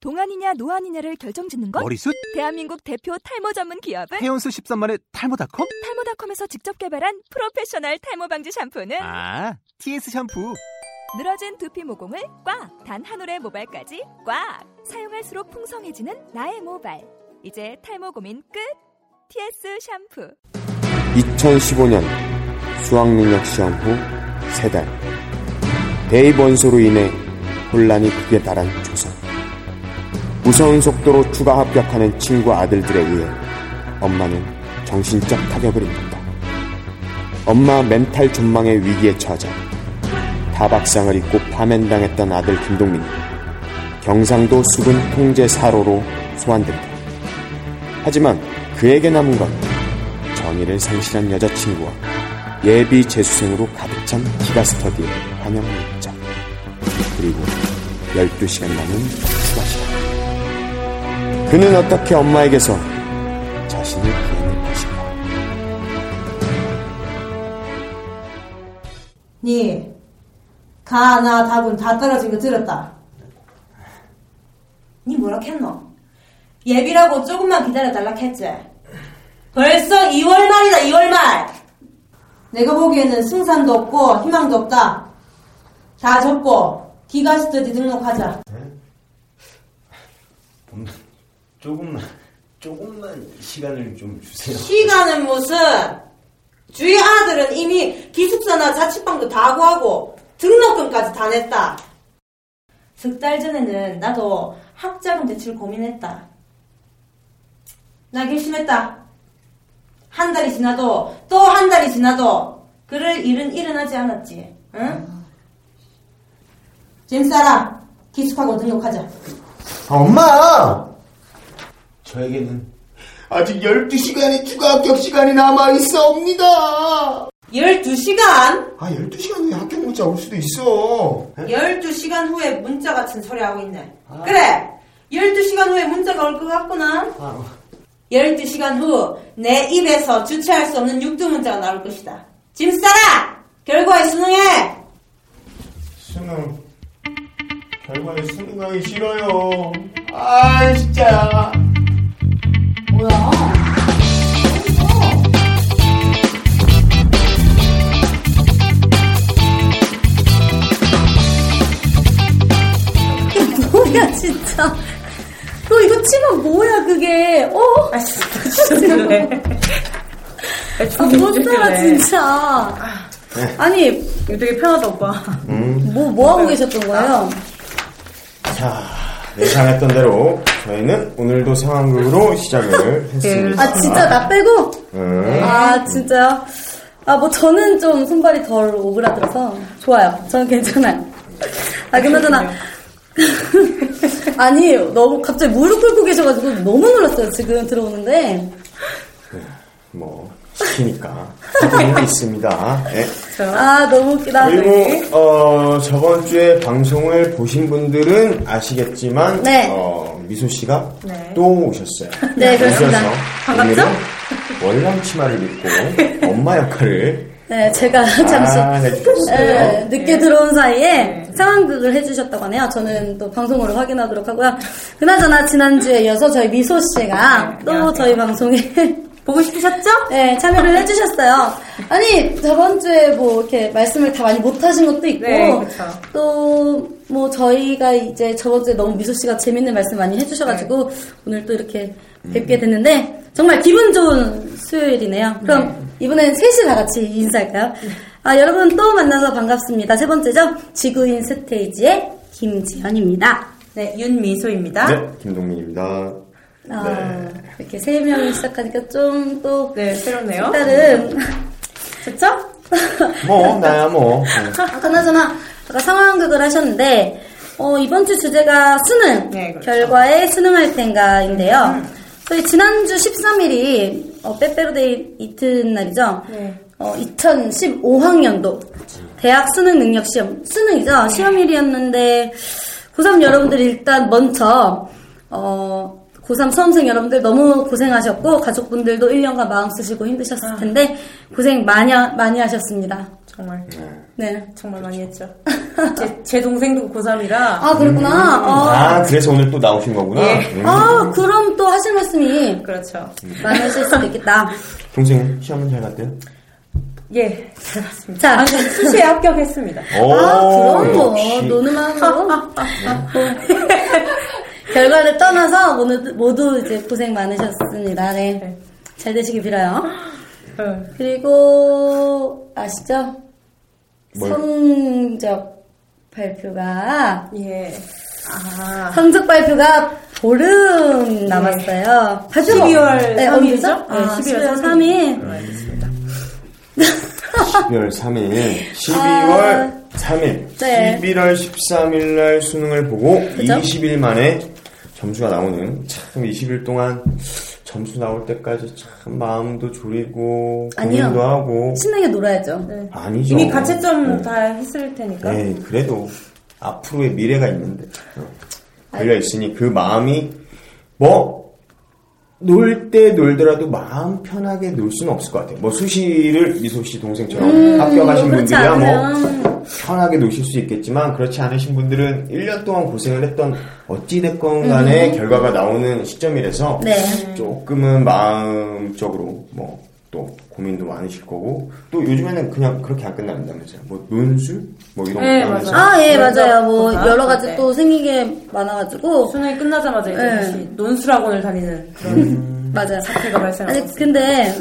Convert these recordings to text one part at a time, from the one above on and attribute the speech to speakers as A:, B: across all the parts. A: 동안이냐 노안이냐를 결정짓는 건
B: 머리숱?
A: 대한민국 대표 탈모 전문 기업은
B: 헤어수 13만의 탈모닷컴?
A: 탈모닷컴에서 직접 개발한 프로페셔널 탈모 방지 샴푸는
B: 아, TS 샴푸.
A: 늘어진 두피 모공을 꽉! 단 한 올의 모발까지 꽉! 사용할수록 풍성해지는 나의 모발. 이제 탈모 고민 끝! TS 샴푸.
C: 2015년 수학능력 시험 후 세 달 대입원소로 인해 혼란이 크게 달한 조선 무서운 속도로 추가 합격하는 친구 아들들에 의해 엄마는 정신적 타격을 입었다 엄마 멘탈 존망의 위기에 처하자 다박상을 입고 파면당했던 아들 김동민이 경상도 수군 통제 사로로 소환된다 하지만 그에게 남은 건 정의를 상실한 여자친구와 예비 재수생으로 가득 찬 기가스터디의 환영 문자 그리고 12시간 남은 추가 시간 그는 어떻게 엄마에게서 자신을 구해낼 것인가
D: 니 가나 다군 다 떨어진 거 들었다. 니 뭐라 했노? 예비라고 조금만 기다려달라 했지. 벌써 2월 말이다 2월 말. 내가 보기에는 승산도 없고 희망도 없다. 다 접고 기가스터디 등록하자.
E: 조금만 조금만 시간을 좀 주세요.
D: 시간은 무슨 주위 아들은 이미 기숙사나 자취방도 다 구하고 등록금까지 다 냈다. 석 달 전에는 나도 학자금 대출 고민했다. 나 결심했다. 한 달이 지나도 또 한 달이 지나도 그럴 일은 일어나지 않았지. 응? 짐싸라 기숙하고 등록하자.
E: 아, 엄마! 저에게는 아직 12시간의 추가 합격 시간이 남아있어옵니다! 아,
D: 12시간?
E: 12시간 후에 합격 문자 올 수도 있어.
D: 12시간 후에 문자 같은 소리 하고 있네. 그래! 12시간 후에 문자가 올 것 같구나.
E: 아,
D: 12시간 후 내 입에서 주체할 수 없는 육두 문자가 나올 것이다. 짐 싸라! 결과에 순응해!
E: 수능. 결과에 수능하기 싫어요. 아, 진짜.
F: 뭐야 진짜 너 이거 치면 뭐야 그게 어? 아 진짜 못 살아 진짜 아니
G: 이거 되게 편하다 오빠.
F: 뭐 뭐하고 계셨던 거예요?
C: 자,
E: 네,
C: 예상했던 대로 저희는 오늘도 상황극으로 시작을 했습니다.
F: 아 진짜 나 빼고?
E: 네.
F: 아 진짜요? 아 뭐 저는 좀 손발이 덜 오그라들어서 좋아요 저는 괜찮아요 아 그나저나 아니 너무 갑자기 무릎 꿇고 계셔가지고 너무 놀랐어요 지금 들어오는데
C: 뭐 시키니까 하는 게 있습니다. 예.
F: 아 네. 너무 웃기다
C: 그리고 어, 저번 주에 방송을 보신 분들은 아시겠지만
F: 네.
C: 어, 미소 씨가
G: 네.
C: 또 오셨어요.
F: 네, 그렇습니다.
C: 오셔서
G: 반갑죠?
C: 오늘은 월남 치마를 입고 엄마 역할을
F: 네, 제가 잠시
C: 아, 해주셨어요.
F: 네, 늦게 들어온 사이에 상황극을 해주셨다고 하네요. 저는 또 방송으로 확인하도록 하고요. 그나저나 지난주에 이어서 저희 미소 씨가
C: 네,
F: 또 저희 방송에
G: 보고 싶으셨죠?
F: 네, 참여를 해주셨어요. 아니 저번 주에 뭐 이렇게 말씀을 다 많이 못하신 것도 있고
G: 네, 그쵸.
F: 또 뭐 저희가 이제 저번 주에 너무 미소 씨가 재밌는 말씀 많이 해주셔가지고
G: 네.
F: 오늘 또 이렇게 뵙게 됐는데 정말 기분 좋은 수요일이네요. 그럼 이번엔 셋이 다 같이 인사할까요?
G: 네.
F: 아 여러분 또 만나서 반갑습니다. 세 번째죠 지구인 스테이지의 김지연입니다.
G: 네, 윤미소입니다.
C: 네, 김동민입니다.
F: 아, 이렇게 세 명이 시작하니까 좀 또
G: 네, 새롭네요.
F: 다른 그쵸?
G: 음.
C: 뭐 나야 뭐 네.
F: 아, 그나저나 아까 상황극을 하셨는데 어, 이번 주 주제가 수능
G: 네, 그렇죠. 음.
F: 결과에 수능할 텐가인데요. 저희 지난주 13일이 어, 빼빼로데이 이튿날이죠.
G: 네.
F: 2015학년도 대학 수능 능력 시험
G: 네.
F: 수능이죠. 시험일이었는데 고3 여러분들 일단 먼저 어, 고3 수험생 여러분들 너무 고생하셨고 가족분들도
G: 아.
F: 1년간 마음 쓰시고 힘드셨을 텐데 고생 많이 하- 많이 하셨습니다.
G: 정말.
F: 네.
D: 정말 많이 했죠. 제, 제 동생도 고3이라.
F: 아, 그렇구나. 아,
E: 아, 그래서 오늘 또 나오신 거구나.
D: 예.
E: 음.
F: 아, 그럼 또 하실 말씀이
D: 그렇죠.
F: 음. 많으실 수도 있겠다.
E: 동생 시험은 잘 봤대요?
D: 예, 잘 봤습니다.
F: 자,
D: 아무튼 수시에 합격했습니다.
E: 오,
F: 아, 그럼 뭐,
E: 역시.
F: 노는 마음으로. 결과를 떠나서 모두, 모두 이제 고생 많으셨습니다. 네. 잘 되시길 빌어요.
D: 어.
F: 그리고, 아시죠?
E: 뭘?
F: 성적 발표가,
D: 예. 아,
F: 성적 발표가 보름 남았어요. 발표
D: 12월
F: 네,
D: 3일
F: 언제죠?
D: 이죠?
F: 아,
D: 네,
F: 12월
D: 3일.
F: 3일.
D: 알겠습니다.
E: 12월 3일, 12월 3일,
F: 아. 네.
E: 11월 13일 날 수능을 보고
F: 그죠?
E: 20일 만에 점수가 나오는 참 20일 동안 점수 나올 때까지 참 마음도 졸이고
F: 아니요.
E: 고민도 하고
F: 신나게 놀아야죠.
D: 네.
E: 아니죠.
D: 이미 가채점
E: 네.
D: 다 했을 테니까.
E: 네, 그래도 앞으로의 미래가 있는데 어, 걸려 있으니 그 마음이 뭐. 놀 때 놀더라도 마음 편하게 놀 수는 없을 것 같아요. 뭐 수시를 미소 씨 동생처럼 합격하신
F: 음, 그렇지
E: 분들이야 뭐
F: 않으면
E: 편하게 노실 수 있겠지만 그렇지 않으신 분들은 1년 동안 고생을 했던 어찌됐건 간에 결과가 나오는 시점이라서
F: 음. 네.
E: 조금은 마음적으로 뭐 또 고민도 많으실 거고 또 요즘에는 그냥 그렇게 안 끝난다면서요 뭐 논술 뭐 이런
D: 네,
E: 거 하면서
D: 맞아요.
F: 아, 예,
D: 면접
F: 맞아요. 뭐,
D: 보다.
F: 여러 가지
D: 네.
F: 또 생기게 많아가지고.
D: 수능이 끝나자마자 이제
F: 네.
D: 다시 논술학원을 다니는 그런
E: 음.
F: 맞아요.
D: 사태가 발생하고
F: 아니, 근데,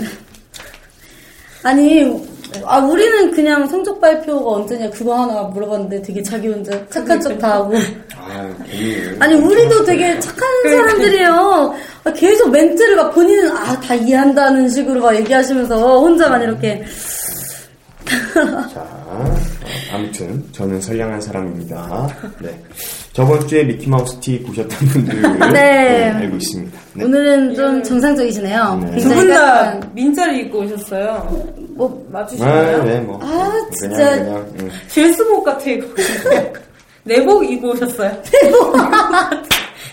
F: 아니, 아, 우리는 그냥 성적 발표가 언제냐 그거 하나 물어봤는데 되게 자기 혼자 착한 척 다 하고.
E: 아 고민을
F: 아니, 우리도 되게 착한 사람들이에요. 아, 계속 멘트를 막 본인은 아, 다 이해한다는 식으로 막 얘기하시면서 혼자만 이렇게.
E: 자, 어, 아무튼 저는 선량한 사람입니다. 네. 저번 주에 미키마우스 티 보셨던 분들은
F: 네.
E: 알고 있습니다. 네.
F: 오늘은 좀 정상적이시네요.
E: 네.
F: 굉장히
D: 두 분
F: 깔끔한.
D: 다 민자리 입고 오셨어요.
F: 뭐,
E: 아,
D: 맞추시나요?
E: 네, 뭐.
F: 아,
E: 그냥,
F: 진짜.
E: 그냥, 음.
D: 죄수복 같아 이거. 내복 입고 오셨어요.
E: 네.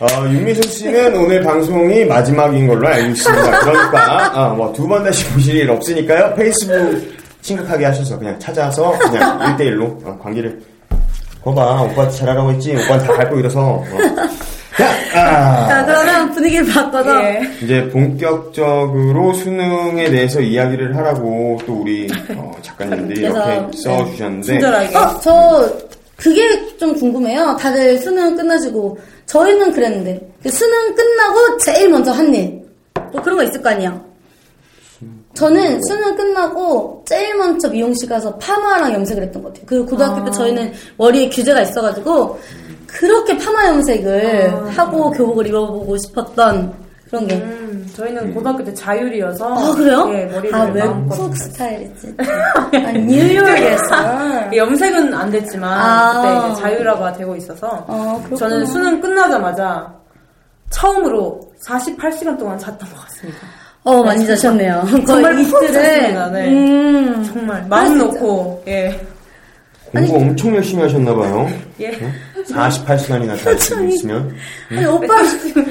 E: 어, 윤미숙 씨는 오늘 방송이 마지막인 걸로 알고 있습니다. 그러니까 아, 뭐 두 번 다시 보실 일 없으니까요. 페이스북 심각하게 하셔서 그냥 찾아서 그냥 1대1로 어, 관계를 거봐 오빠 잘하라고 했지 오빠는 다 밟고 일어서 어. 야! 아.
F: 자, 그러면 분위기를 바꿔서.
D: 예.
E: 이제 본격적으로 수능에 대해서 이야기를 하라고 또 우리 어, 작가님들이
F: 작가님께서,
E: 이렇게
D: 네,
E: 써주셨는데
D: 친절하게.
F: 어, 저 그게 좀 궁금해요. 다들 수능 끝나시고 저희는 그랬는데 그 수능 끝나고 제일 먼저 한 일. 뭐 그런 거 있을 거 아니에요. 저는 수능 끝나고 제일 먼저 미용실 가서 파마랑 염색을 했던 것 같아요. 그 고등학교 때 저희는 머리에 규제가 있어가지고 그렇게 파마 염색을 하고 교복을 입어보고 싶었던 그런 게.
D: 아, 음,
E: 네.
D: 저희는 고등학교 때 자율이어서.
F: 아 그래요?
D: 예, 머리를
F: 아
D: 마음껏.
F: 외국 스타일이지. 아, 뉴욕에서.
D: 예, 염색은 안 됐지만
F: 아.
D: 그때 이제 자율화가 되고 있어서
F: 아, 그렇구나.
D: 저는 수능 끝나자마자 처음으로 48시간 동안 잤던 것 같습니다.
F: 어, 많이 자셨네요.
D: 정말
F: 거의
D: 푹
F: 이틀을.
D: 잤습니다, 네.
F: 음.
D: 정말 마음
F: 진짜.
D: 놓고 예.
E: 공부 엄청 열심히 하셨나봐요. 네?
D: 예.
E: 48시간이나 잘 쓰고 있으면
D: 네.
F: 아니, 오빠, 네.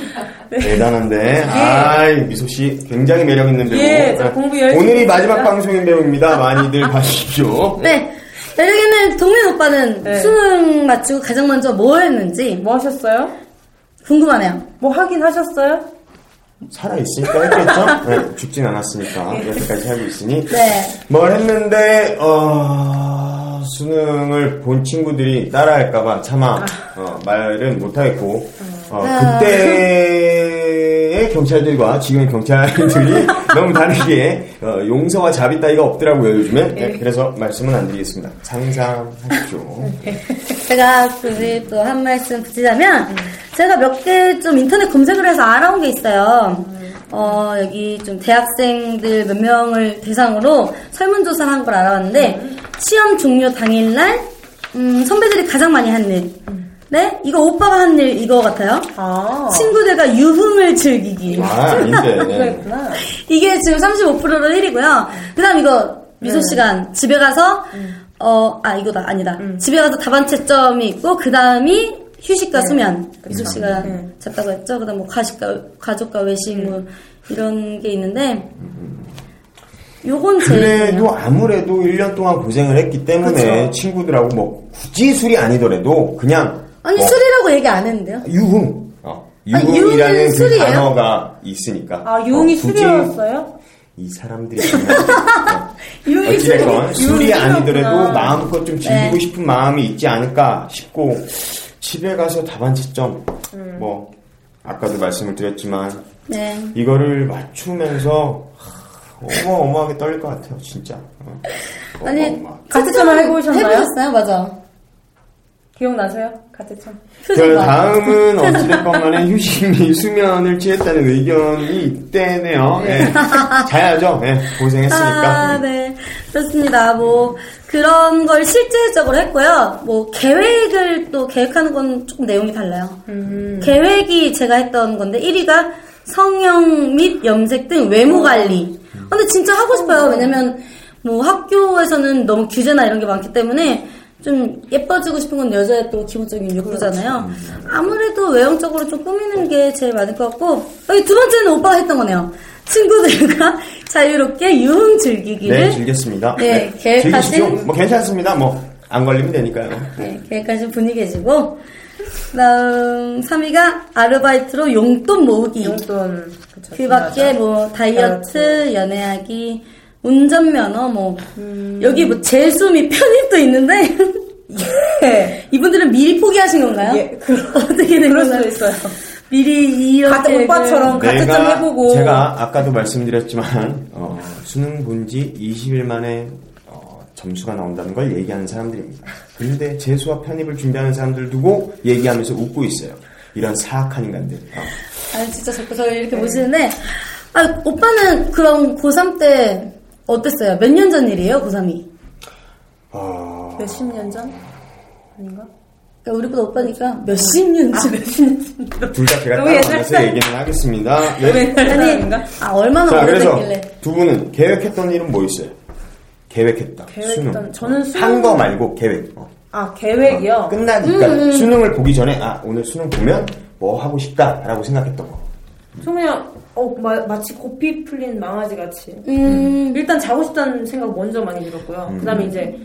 E: 대단한데. 아이, 미소 씨 굉장히 매력 있는 배우.
D: 예, 저 공부 열심히
E: 오늘이
D: 했습니다.
E: 마지막 방송인 배우입니다. 많이들 봐주십시오.
F: 네. 자, 여기는 동민 오빠는
D: 네.
F: 수능 마치고 가장 먼저 뭐 했는지
D: 뭐 하셨어요?
F: 궁금하네요.
D: 뭐 하긴 하셨어요?
E: 살아 있으니까 했겠죠? 네, 죽진 않았으니까 여태까지 하고 있으니.
F: 네.
E: 뭘 했는데 어, 수능을 본 친구들이 따라할까봐 차마 어, 말은 못하겠고 어,
F: 아.
E: 그때의 경찰들과 지금의 경찰들이 너무 다르게 어, 용서와 자비 따위가 없더라고요 요즘에 네, 그래서 말씀은 안 드리겠습니다 상상하십시오
F: 네. 제가 굳이 또 한 말씀 붙이자면,
D: 음.
F: 제가 몇 개 좀 인터넷 검색을 해서 알아온 게 있어요.
D: 음.
F: 어, 여기 좀 대학생들 몇 명을 대상으로 설문조사를 한 걸
D: 음.
F: 알아봤는데, 시험 종료 당일날, 음, 선배들이 가장 많이 한 일.
D: 음.
F: 네? 이거 오빠가 한 일 이거 같아요.
D: 아.
F: 친구들과 유흥을
D: 음.
F: 즐기기.
E: 아 아닌데
D: 친구였구나.
F: 이게 지금 35%로 1위고요. 그 다음 이거
D: 네.
F: 미소 시간. 집에 가서,
D: 음.
F: 어, 아, 이거다. 아니다. 집에 가서 답안 채점이 있고, 그 다음이 휴식과 수면. 미소 씨가
D: 네.
F: 잤다고 했죠. 그
D: 음.
F: 다음 뭐 가식과, 가족과 외식 뭐, 이런 게 있는데, 요건 제일
E: 그래도 아무래도 1년 동안 고생을 했기 때문에
F: 그쵸.
E: 친구들하고 뭐 굳이 술이 아니더라도 그냥
F: 아니
E: 뭐
F: 술이라고 얘기 안 했는데요.
E: 유흥 어,
F: 아, 유흥은
E: 유흥이라는 그
F: 술이에요?
E: 단어가 있으니까
D: 아, 유흥이
E: 어, 굳이
D: 술이었어요?
E: 이 사람들이 정말, 어,
F: 유흥이
E: 어찌됐건
F: 술이-
E: 술이
F: 유흥이
E: 아니더라도
F: 술이었구나. 네.
E: 마음껏 좀 즐기고 싶은 마음이 있지 않을까 싶고 집에 가서 다반지점
F: 음.
E: 뭐 아까도 말씀을 드렸지만
F: 네.
E: 이거를 맞추면서 하, 어마어마하게 떨릴 것 같아요 진짜 어.
F: 아니
E: 어마어마하게.
D: 같이 전화 해보셨나요?
F: 해보셨어요? 맞아.
D: 기억나세요? 가재청.
E: 그
F: 표정 봐.
E: 다음은 어찌됐건 간에 휴식이 수면을 취했다는 의견이 있대네요. 예. 자야죠. 예. 고생했으니까.
F: 아, 네. 그렇습니다. 뭐, 그런 걸 실제적으로 했고요. 뭐, 계획을 또 계획하는 건 조금 내용이 달라요. 계획이 제가 했던 건데, 1위가 성형 및 염색 등 외모 관리. 아, 근데 진짜 하고 싶어요. 왜냐면, 뭐, 학교에서는 너무 규제나 이런 게 많기 때문에, 좀 예뻐지고 싶은 건 여자의 또 기본적인 욕구잖아요. 아무래도 외형적으로 좀 꾸미는 게 제일 맞을 것 같고 여기 두 번째는 오빠가 했던 거네요. 친구들과 자유롭게 유흥 즐기기를
E: 네, 즐겼습니다.
F: 네, 계획하신-
E: 즐기시죠. 뭐 괜찮습니다. 뭐 안 걸리면 되니까요.
F: 네, 계획하신 분이 계시고 그다음 3위가 아르바이트로 용돈 모으기
D: 용돈. 네, 그쵸,
F: 그 밖에 뭐 다이어트, 연애하기, 운전면허 뭐
D: 음.
F: 여기 뭐 재수 및 편입도 있는데
D: 예.
F: 이분들은 미리 포기하신 건가요?
D: 예, 그-
F: 어떻게 된
D: 그럴
F: 건가요?
D: 수도 있어요.
F: 미리 이렇게
D: 같은 오빠처럼
F: 그-
D: 같은 점 해보고.
E: 제가 아까도 말씀드렸지만 어, 수능 본지 20일 만에 어, 점수가 나온다는 걸 얘기하는 사람들입니다. 근데 재수와 편입을 준비하는 사람들 두고 얘기하면서 웃고 있어요. 이런 사악한 인간들. 어.
F: 아 진짜 자꾸 저를
D: 네.
F: 이렇게 보시는데 아 오빠는 그럼 고3 때 어땠어요? 몇 년 전 일이에요 고3이?
E: 어,
D: 네, 몇십 년 전? 아닌가?
F: 그러니까 우리보다 오빠니까
D: 아,
F: 몇십 년 전.
E: 둘다 제가
D: 너무
E: 따로 만나서
D: 옛날
E: 얘기는 하겠습니다. 예.
D: 네. 아닌가?
F: 아 얼마나
E: 자, 그래서
F: 오래됐길래?
E: 두 분은 계획했던 일은 뭐 있어요? 계획했다.
D: 계획했던-
E: 수능.
D: 저는 수능-
E: 한거 말고 계획. 어.
D: 아, 계획이요? 음,
E: 끝나니까 수능을 보기 전에 아 오늘 수능 보면 뭐 하고 싶다라고 생각했던 거.
D: 저 그냥, 어, 마, 마치 고삐 풀린 망아지 같이.
F: 음
D: 일단 자고 싶다는 생각 먼저 많이 들었고요. 그 다음에 이제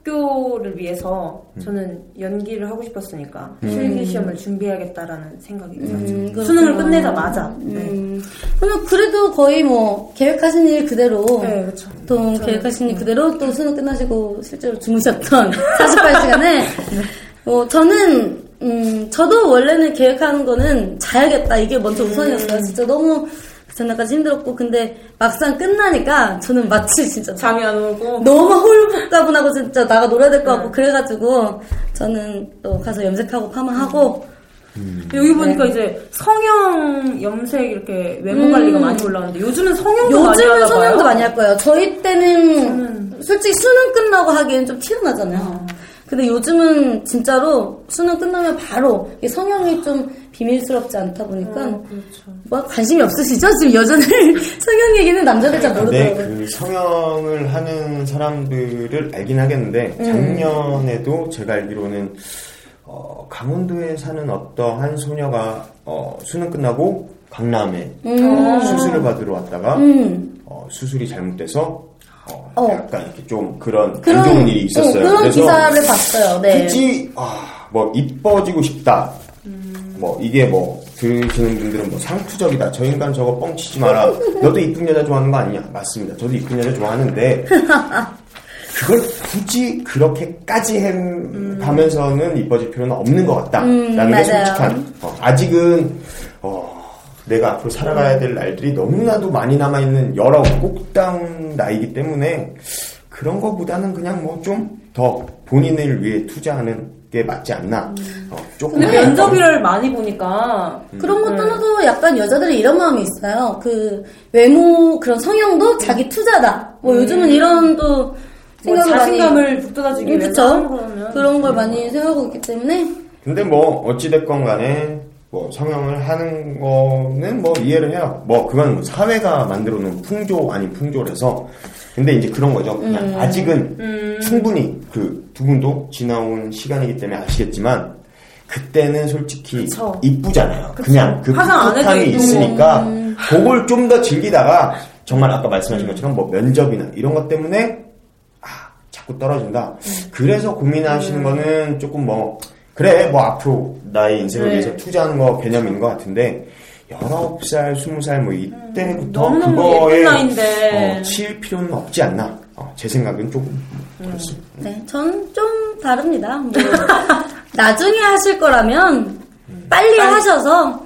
D: 학교를 위해서 저는 연기를 하고 싶었으니까 실기시험을 준비해야겠다라는 생각이 들었죠.
F: 그렇구나.
D: 수능을 끝내자마자. 네.
F: 음, 그러면 그래도 거의 뭐 계획하신 일 그대로
D: 네, 음. 그쵸.
F: 보통 계획하신 일 그대로 또 수능 끝나시고 실제로 주무셨던
D: 네.
F: 48시간에 어, 저는 음, 저도 원래는 계획하는 거는 자야겠다 이게 먼저
D: 음.
F: 우선이었어요. 진짜 너무 그 전날까지 힘들었고 근데 막상 끝나니까 저는 마치 진짜
D: 잠이 안 오고.
F: 너무 홀복가분하고 진짜 나가 놀아야 될 것
D: 네.
F: 같고 그래가지고 저는 또 가서 염색하고 파마하고
D: 음.
F: 음.
D: 여기 보니까
F: 네.
D: 이제 성형 염색 이렇게 외모
F: 음.
D: 관리가 많이 올라왔는데 요즘은 성형도 많이 하나
F: 요즘은
D: 봐요.
F: 성형도 많이 할 거예요. 저희 때는 솔직히 수능 끝나고 하기엔 좀 튀어나잖아요. 근데 요즘은 진짜로 수능 끝나면 바로 이게
D: 아.
F: 성형이 좀 비밀스럽지 않다 보니까
D: 어, 그렇죠.
F: 뭐 관심이 없으시죠? 지금 여자들 성형 얘기는 남자들 잘
E: 근데
F: 모르더라고요.
E: 그 성형을 하는 사람들을 알긴 하겠는데
D: 음.
E: 작년에도 제가 알기로는 어, 강원도에 사는 어떠한 소녀가 어, 수능 끝나고 강남에
D: 음.
E: 수술을 받으러 왔다가
F: 음.
E: 어, 수술이 잘못돼서 어,
F: 어.
E: 약간 이렇게 좀 그런
F: 그런
E: 안 좋은 일이 있었어요.
F: 네, 그런
E: 그래서
F: 기사를 봤어요. 네.
E: 굳이 아, 뭐 이뻐지고 싶다. 뭐 이게 뭐 들으시는 분들은 뭐 상투적이다. 저 인간 저거 뻥치지 마라. 너도 이쁜 여자 좋아하는 거 아니냐? 맞습니다. 저도 이쁜 여자 좋아하는데 그걸 굳이 그렇게까지 해 가면서는 이뻐질 필요는 없는 것 같다라는
F: 음,
E: 게
F: 맞아요.
E: 솔직한 어, 아직은 어, 내가 앞으로 살아가야 될 날들이 너무나도 많이 남아 있는 여러 꼭다운 나이기 때문에 그런 거보다는 그냥 뭐 좀 더 본인을 위해 투자하는 게 맞지 않나. 어, 조금
D: 근데
E: 약간
D: 면접이를 많이 보니까
F: 그런 것 떠나도 약간 여자들이 이런 마음이 있어요. 그 외모 그런 성형도 자기 투자다. 뭐 요즘은 이런 또
D: 음. 뭐
F: 생각을 많이
D: 자신감을 북돋아주기
F: 음,
D: 위해서 하는
F: 그쵸.
D: 거라면 음.
F: 그런 걸 많이 생각하고 있기 때문에
E: 근데 뭐 어찌됐건 간에 뭐 성형을 하는 거는 뭐 이해를 해요. 뭐 그건 뭐 사회가 만들어 놓은 풍조 아닌 풍조라서 근데 이제 그런 거죠. 그냥
D: 음.
E: 아직은 충분히 그 두 분도 지나온 시간이기 때문에 아시겠지만 그때는 솔직히
D: 그쵸.
E: 이쁘잖아요. 그냥 그
D: 화장 안 해도 음.
E: 풋풋함이
D: 예쁘고.
E: 있으니까 그걸 좀 더 즐기다가 정말 아까 말씀하신
D: 음.
E: 것처럼 뭐 면접이나 이런 것 때문에 아, 자꾸 떨어진다.
D: 음.
E: 그래서 고민하시는 거는 조금 뭐 그래 뭐 앞으로 나의 인생을
D: 네.
E: 위해서 투자하는 거 개념인 것 같은데 19살, 20살 뭐 이때부터
D: 너무너무
E: 그거에
D: 예쁜 나이인데.
E: 어, 치일 필요는 없지 않나. 어, 제 생각은 조금
D: 음.
E: 그렇습니다.
F: 네, 전 좀 다릅니다. 뭐, 나중에 하실 거라면 빨리 하셔서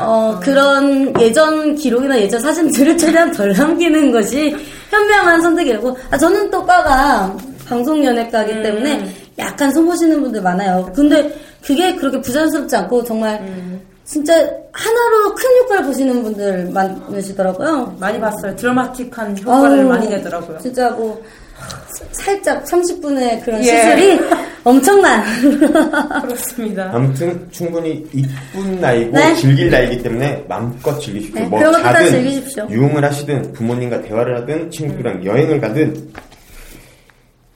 F: 어, 그런 예전 기록이나 예전 사진들을 최대한 덜 남기는 것이 현명한 선택이라고. 아, 저는 또 과가 방송연예과이기 때문에 약간 손보시는 분들 많아요. 근데 그게 그렇게 부자연스럽지 않고 정말 진짜 하나로 큰 효과를 보시는 분들 많으시더라고요.
D: 많이 봤어요. 드라마틱한 효과를
F: 아우,
D: 많이 내더라고요.
F: 진짜 뭐 사- 살짝 30분의 그런
D: 예.
F: 시술이 엄청난.
D: 그렇습니다.
E: 아무튼 충분히 이쁜 나이고
F: 네.
E: 즐길 나이기 때문에 마음껏 즐기십시오.
F: 네,
E: 뭐
F: 그런 것도 다
E: 자든
F: 즐기십시오. 음.
E: 유흥을 하시든 부모님과 대화를 하든 친구랑 여행을 가든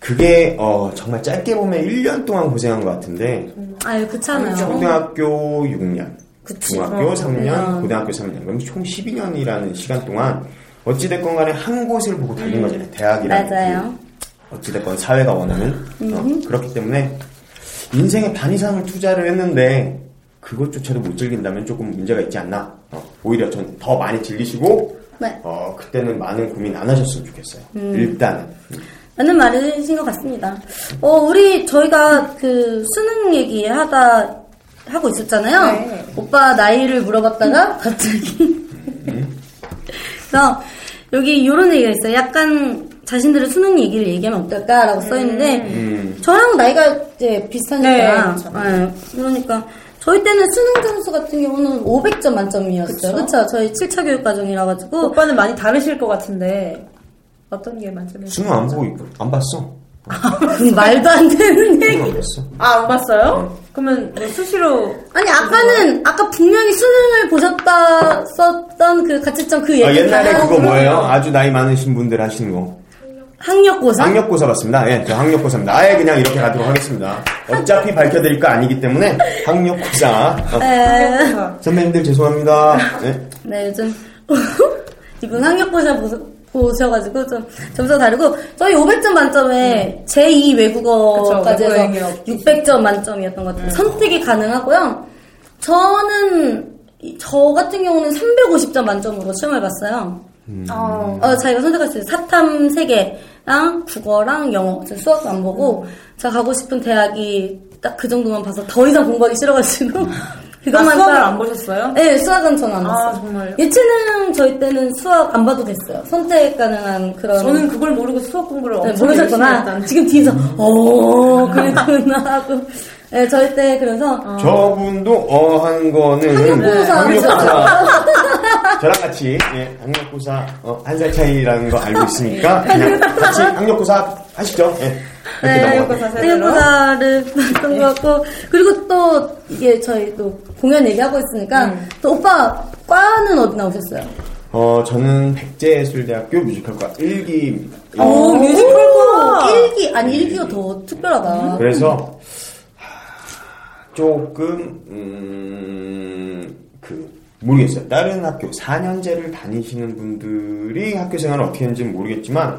E: 그게 어, 정말 짧게 보면 1년 동안 고생한 것 같은데
F: 아유 그렇잖아요.
E: 초등학교 6년,
F: 음. 그치.
E: 중학교
F: 어,
E: 3년,
F: 그냥.
E: 고등학교 3년 그럼 총 12년이라는 시간 동안 어찌됐건 간에 한 곳을 보고 달린 거잖아요. 대학이라는
F: 음. 맞아요.
E: 그 어찌됐건 사회가 원하는
F: 음.
E: 어, 그렇기 때문에 인생의 반 이상을 투자를 했는데 그것조차도 못 즐긴다면 조금 문제가 있지 않나 어, 오히려 전 더 많이 즐기시고
F: 네. 음.
E: 어, 그때는 많은 고민 안 하셨으면 좋겠어요 일단은
F: 라는 말이신 것 같습니다. 어, 우리 저희가 그 수능 얘기 하다 하고 있었잖아요.
D: 네.
F: 오빠 나이를 물어봤다가 갑자기 그래서 여기 이런 얘기가 있어요. 약간 자신들의 수능 얘기를 얘기하면 어떨까라고 써 있는데 저랑 나이가 이제 비슷하니까
D: 네, 그렇죠.
F: 예, 그러니까 저희 때는 수능 점수 같은 경우는 500점 만점이었어요. 그렇죠. 저희 7차 교육 과정이라 가지고
D: 오빠는 많이 다르실 것 같은데 어떤 게 만점이?
E: 수능 안 보고 있고 안 봤어 네.
F: 말도 안 되는 얘기.
E: 수능 안 봤어
D: 아안 봤어요? 그러면 뭐 수시로
F: 아니 아까는 아까 분명히 수능을 보셨다 썼던 그 가채점 그 얘기
E: 아, 옛날에
F: 따라
E: 그거
F: 들어요. 음. 어?
E: 뭐예요 아주 나이 많으신 분들 하시는 거
F: 학력고사
E: 학력고사 봤습니다. 예, 저 학력고사입니다. 아예 그냥 이렇게 가도록 하겠습니다. 어차피 밝혀드릴 거 아니기 때문에 학력고사. 어,
F: 네. 에...
E: 선배님들 죄송합니다. 예.
F: 네 요즘 이분 학력고사 보셔- 보셔가지고 좀 점수가 다르고 저희 500점 만점에 제2 외국어까지
D: 그쵸, 외국어 음.
F: 해서
D: 영역.
F: 600점 만점이었던 것 같아요 선택이 가능하고요 저는 이- 저 같은 경우는 350점 만점으로 시험을 봤어요
D: 어,
F: 어, 자기가 선택할 수 있어요. 사탐 3개랑 국어랑 영어. 저 수학도 안 보고, 제가 가고 싶은 대학이 딱 그 정도만 봐서 더 이상 공부하기 싫어가지고.
D: 아,
F: 그것만
D: 수업을
F: 딱-
D: 안 보셨어요?
F: 네, 수학은 전 안
D: 아,
F: 봤어요.
D: 정말요?
F: 예체능 저희 때는 수학 안 봐도 됐어요. 선택 가능한 그런.
D: 저는 그걸 모르고 수학 공부를
F: 네,
D: 엄청 열심히
F: 모르셨구나.
D: 했다는
F: 지금 뒤에서, 오, 그랬구나 하고. 네, 저희 때 그래서.
D: 어.
E: 저분도 어한 거는
F: 학력고사.
E: 학력고사. 저랑 같이 예, 학력고사 한 살 차이라는 거 알고 있으니까 그냥 같이 학력고사 하시죠. 예.
F: 네,
E: 이렇게 넘어가도록.
D: 학력고사. 네.
F: 생각보다를 봤던 것 같고 그리고 또 이게 저희 또 공연 얘기하고 있으니까
D: 음.
F: 또 오빠 과는 어디 나오셨어요?
E: 어, 저는 백제예술대학교 뮤지컬과 1기입니다.
F: 오,
D: 뮤지컬과! 음.
F: 일기 아니 일기가 더 특별하다.
E: 그래서 하, 조금 음, 그 모르겠어요. 다른 학교 4년제를 다니시는 분들이 학교 생활을 어떻게 하는지는 모르겠지만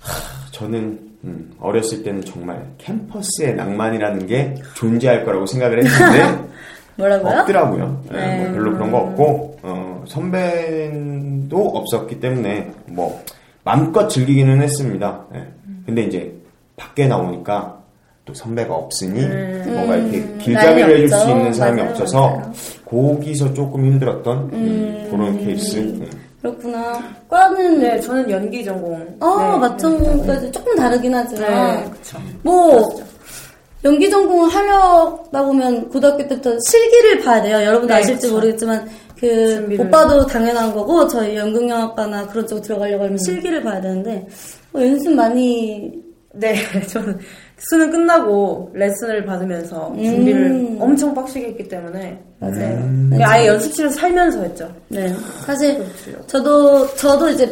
E: 하, 저는 음, 어렸을 때는 정말 캠퍼스의 낭만이라는 게 존재할 거라고 생각을 했는데
D: 어,
F: 뭐라고요?
E: 없더라고요. 예,
F: 네.
E: 뭐 별로 그런 거 없고 어, 선배도 없었기 때문에 뭐 마음껏 즐기기는 했습니다. 예. 근데 이제 밖에 나오니까 또 선배가 없으니 뭔가 이렇게
F: 난리
E: 길잡이를 해줄 수
F: 음. 없죠.
E: 있는 사람이
F: 맞아요,
E: 없어서
F: 맞아요.
E: 거기서 조금 힘들었던 음, 그런 케이스. 예.
F: 그렇구나. 과는
D: 네, 저는 연기 전공.
F: 아
D: 네.
F: 맞춤까지 조금 다르긴 하지만
D: 네, 그쵸.
F: 뭐 연기 전공을 하려다 보면 고등학교 때부터 실기를 봐야 돼요. 여러분들
D: 네,
F: 아실지
D: 그쵸.
F: 모르겠지만 그
D: 준비를.
F: 오빠도 당연한 거고 저희 연극영화과나 그런 쪽 들어가려고 하면 실기를 봐야 되는데 뭐 연습 많이
D: 네, 저는 수능 끝나고 레슨을 받으면서
F: 음.
D: 준비를 엄청 빡시게 했기 때문에. 맞아요. 아예 연습실을 살면서 했죠.
F: 네 사실
D: 그렇죠.
F: 저도 저도 이제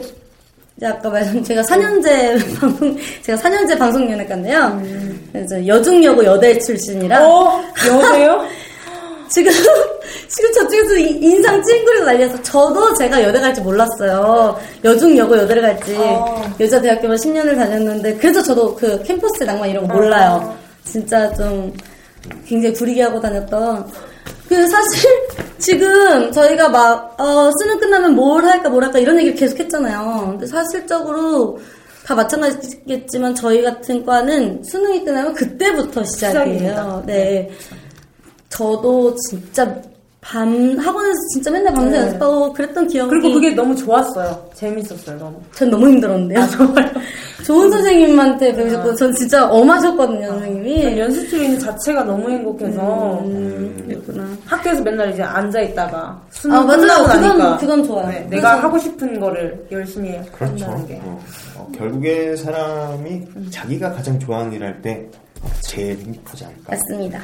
F: 이제 아까 말씀 제가 4년제 방송 제가 4년제 방송
D: 음.
F: 연예과인데요. 그래서 여중여고 여대 출신이라
D: 어? 여세요?
F: 지금 지금 저쪽에서 이- 인상 찡그리고 난리여서 저도 제가 여대 갈지 몰랐어요. 여중여고 여대를 갈지 여자 대학교만 10년을 다녔는데 그래서 저도 그 캠퍼스 낭만 이런 거 몰라요. 진짜 좀 굉장히 부리게 하고 다녔던 그 사실 지금 저희가 막 어, 수능 끝나면 뭘 할까 뭘 할까 이런 얘기를 계속 했잖아요. 근데 사실적으로 다 마찬가지겠지만 저희 같은 과는 수능이 끝나면 그때부터 시작이에요. 네. 저도 진짜 밤 학원에서 진짜 맨날 밤새 연습하고 그랬던 기억이
D: 네. 그리고 그게 아, 너무 좋았어요. 재밌었어요, 너무.
F: 전 너무 힘들었는데요. 정말 좋은 선생님한테 배우셨고
D: 아.
F: 전 진짜 엄하셨거든요,
D: 전
F: 선생님이.
D: 연습실에 있는 자체가 너무 행복해서
F: 음,
D: 음,
F: 그랬구나.
D: 학교에서 맨날 이제 앉아 있다가
F: 아,
D: 수능
F: 맞아요.
D: 끝나고
F: 그건-
D: 나니까
F: 그건 좋아요.
D: 네,
F: 그건
D: 내가
F: 좋아요.
D: 하고 싶은 거를 열심히
E: 그렇죠.
D: 한다는 게
E: 어. 어, 결국에 사람이
F: 음.
E: 자기가 가장 좋아하는 일을 할 때 제일 행복하지 않을까.
F: 맞습니다.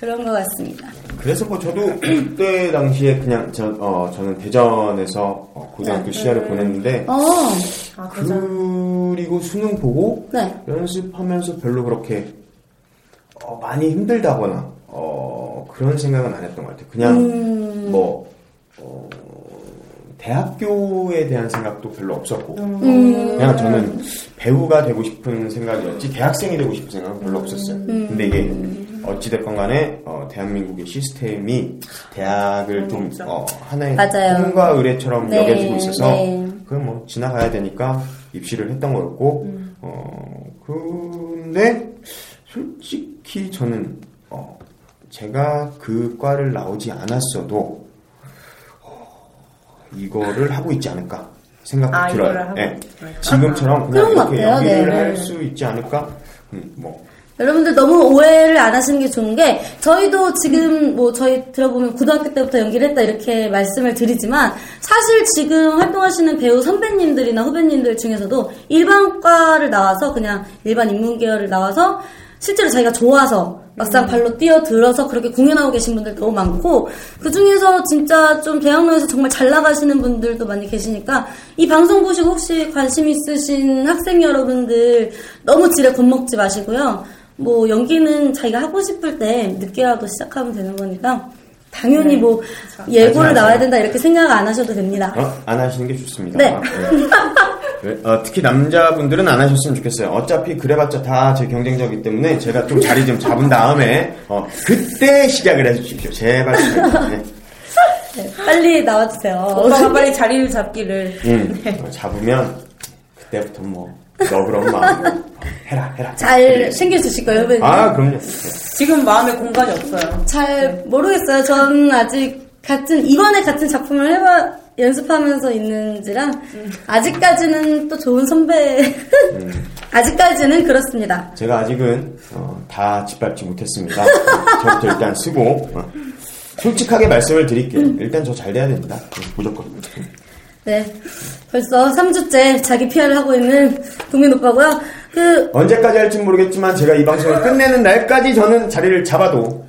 F: 그런 것 같습니다.
E: 그래서 뭐 저도 그때 당시에 그냥 저, 어, 저는 대전에서 어, 고등학교 시절을 보냈는데
F: 어,
E: 그리고 수능 보고
F: 네.
E: 연습하면서 별로 그렇게 어, 많이 힘들다거나 어, 그런 생각은 안 했던 것 같아요. 그냥 뭐 어, 대학교에 대한 생각도 별로 없었고
D: 음.
E: 그냥 저는 배우가 되고 싶은 생각이었지 대학생이 되고 싶은 생각은 별로 없었어요.
F: 음.
E: 근데 이게 어찌됐건 간에 어, 대한민국의 시스템이 대학을 좀 어, 하나의
F: 맞아요.
E: 꿈과 의례처럼
F: 네,
E: 여겨지고 있어서
F: 네.
E: 그건 뭐 지나가야 되니까 입시를 했던 거였고
F: 음.
E: 어 근데 솔직히 저는 어 제가 그 과를 나오지 않았어도 어, 이거를 하고 있지 않을까 생각도
D: 아,
E: 들어요.
D: 이거를 하고
E: 예.
D: 있구나.
E: 지금처럼 그냥
F: 그런 것
E: 이렇게
F: 같아요.
E: 연기를
F: 네.
E: 할 수 있지 않을까? 음, 뭐
F: 여러분들 너무 오해를 안 하시는 게 좋은 게 저희도 지금 뭐 저희 들어보면 고등학교 때부터 연기를 했다 이렇게 말씀을 드리지만 사실 지금 활동하시는 배우 선배님들이나 후배님들 중에서도 일반과를 나와서 그냥 일반 인문계열을 나와서 실제로 자기가 좋아서 막상 발로 뛰어들어서 그렇게 공연하고 계신 분들 너무 많고 그 중에서 진짜 좀 대학로에서 정말 잘 나가시는 분들도 많이 계시니까 이 방송 보시고 혹시 관심 있으신 학생 여러분들 너무 지레 겁먹지 마시고요. 뭐 연기는 자기가 하고 싶을 때 늦게라도 시작하면 되는 거니까 당연히 뭐 예고를
E: 맞아요.
F: 나와야 된다 이렇게 생각 안 하셔도 됩니다.
E: 어? 안 하시는 게 좋습니다.
F: 네.
E: 네. 그래? 어, 특히 남자분들은 안 하셨으면 좋겠어요. 어차피 그래봤자 다 제 경쟁자이기 때문에 제가 좀 자리 좀 잡은 다음에 어, 그때 시작을 해주십시오. 제발. 제발. 네.
F: 네, 빨리 나와주세요.
D: 오빠가 빨리 자리를
F: 예.
D: 잡기를
E: 음,
F: 네.
E: 어, 잡으면 그때부터 뭐 너그러운 마음으로 해라 해라.
F: 잘 챙겨주실 거예요, 후배님.
E: 아 그럼요.
D: 지금 마음에 공간이 없어요.
F: 잘 모르겠어요. 전 아직 같은 이번에 같은 작품을 해봐 연습하면서 있는지라 아직까지는 또 좋은 선배
E: 음.
F: 아직까지는 그렇습니다.
E: 제가 아직은 어, 다 짓밟지 못했습니다. 어, 저부터 일단 쓰고 어, 솔직하게 말씀을 드릴게요. 일단 저 잘 돼야 됩니다. 무조건.
F: 네, 벌써 3주째 자기 PR을 하고 있는 동민 오빠고요. 그
E: 언제까지 할지 모르겠지만 제가 이 방송을 끝내는 날까지 저는 자리를 잡아도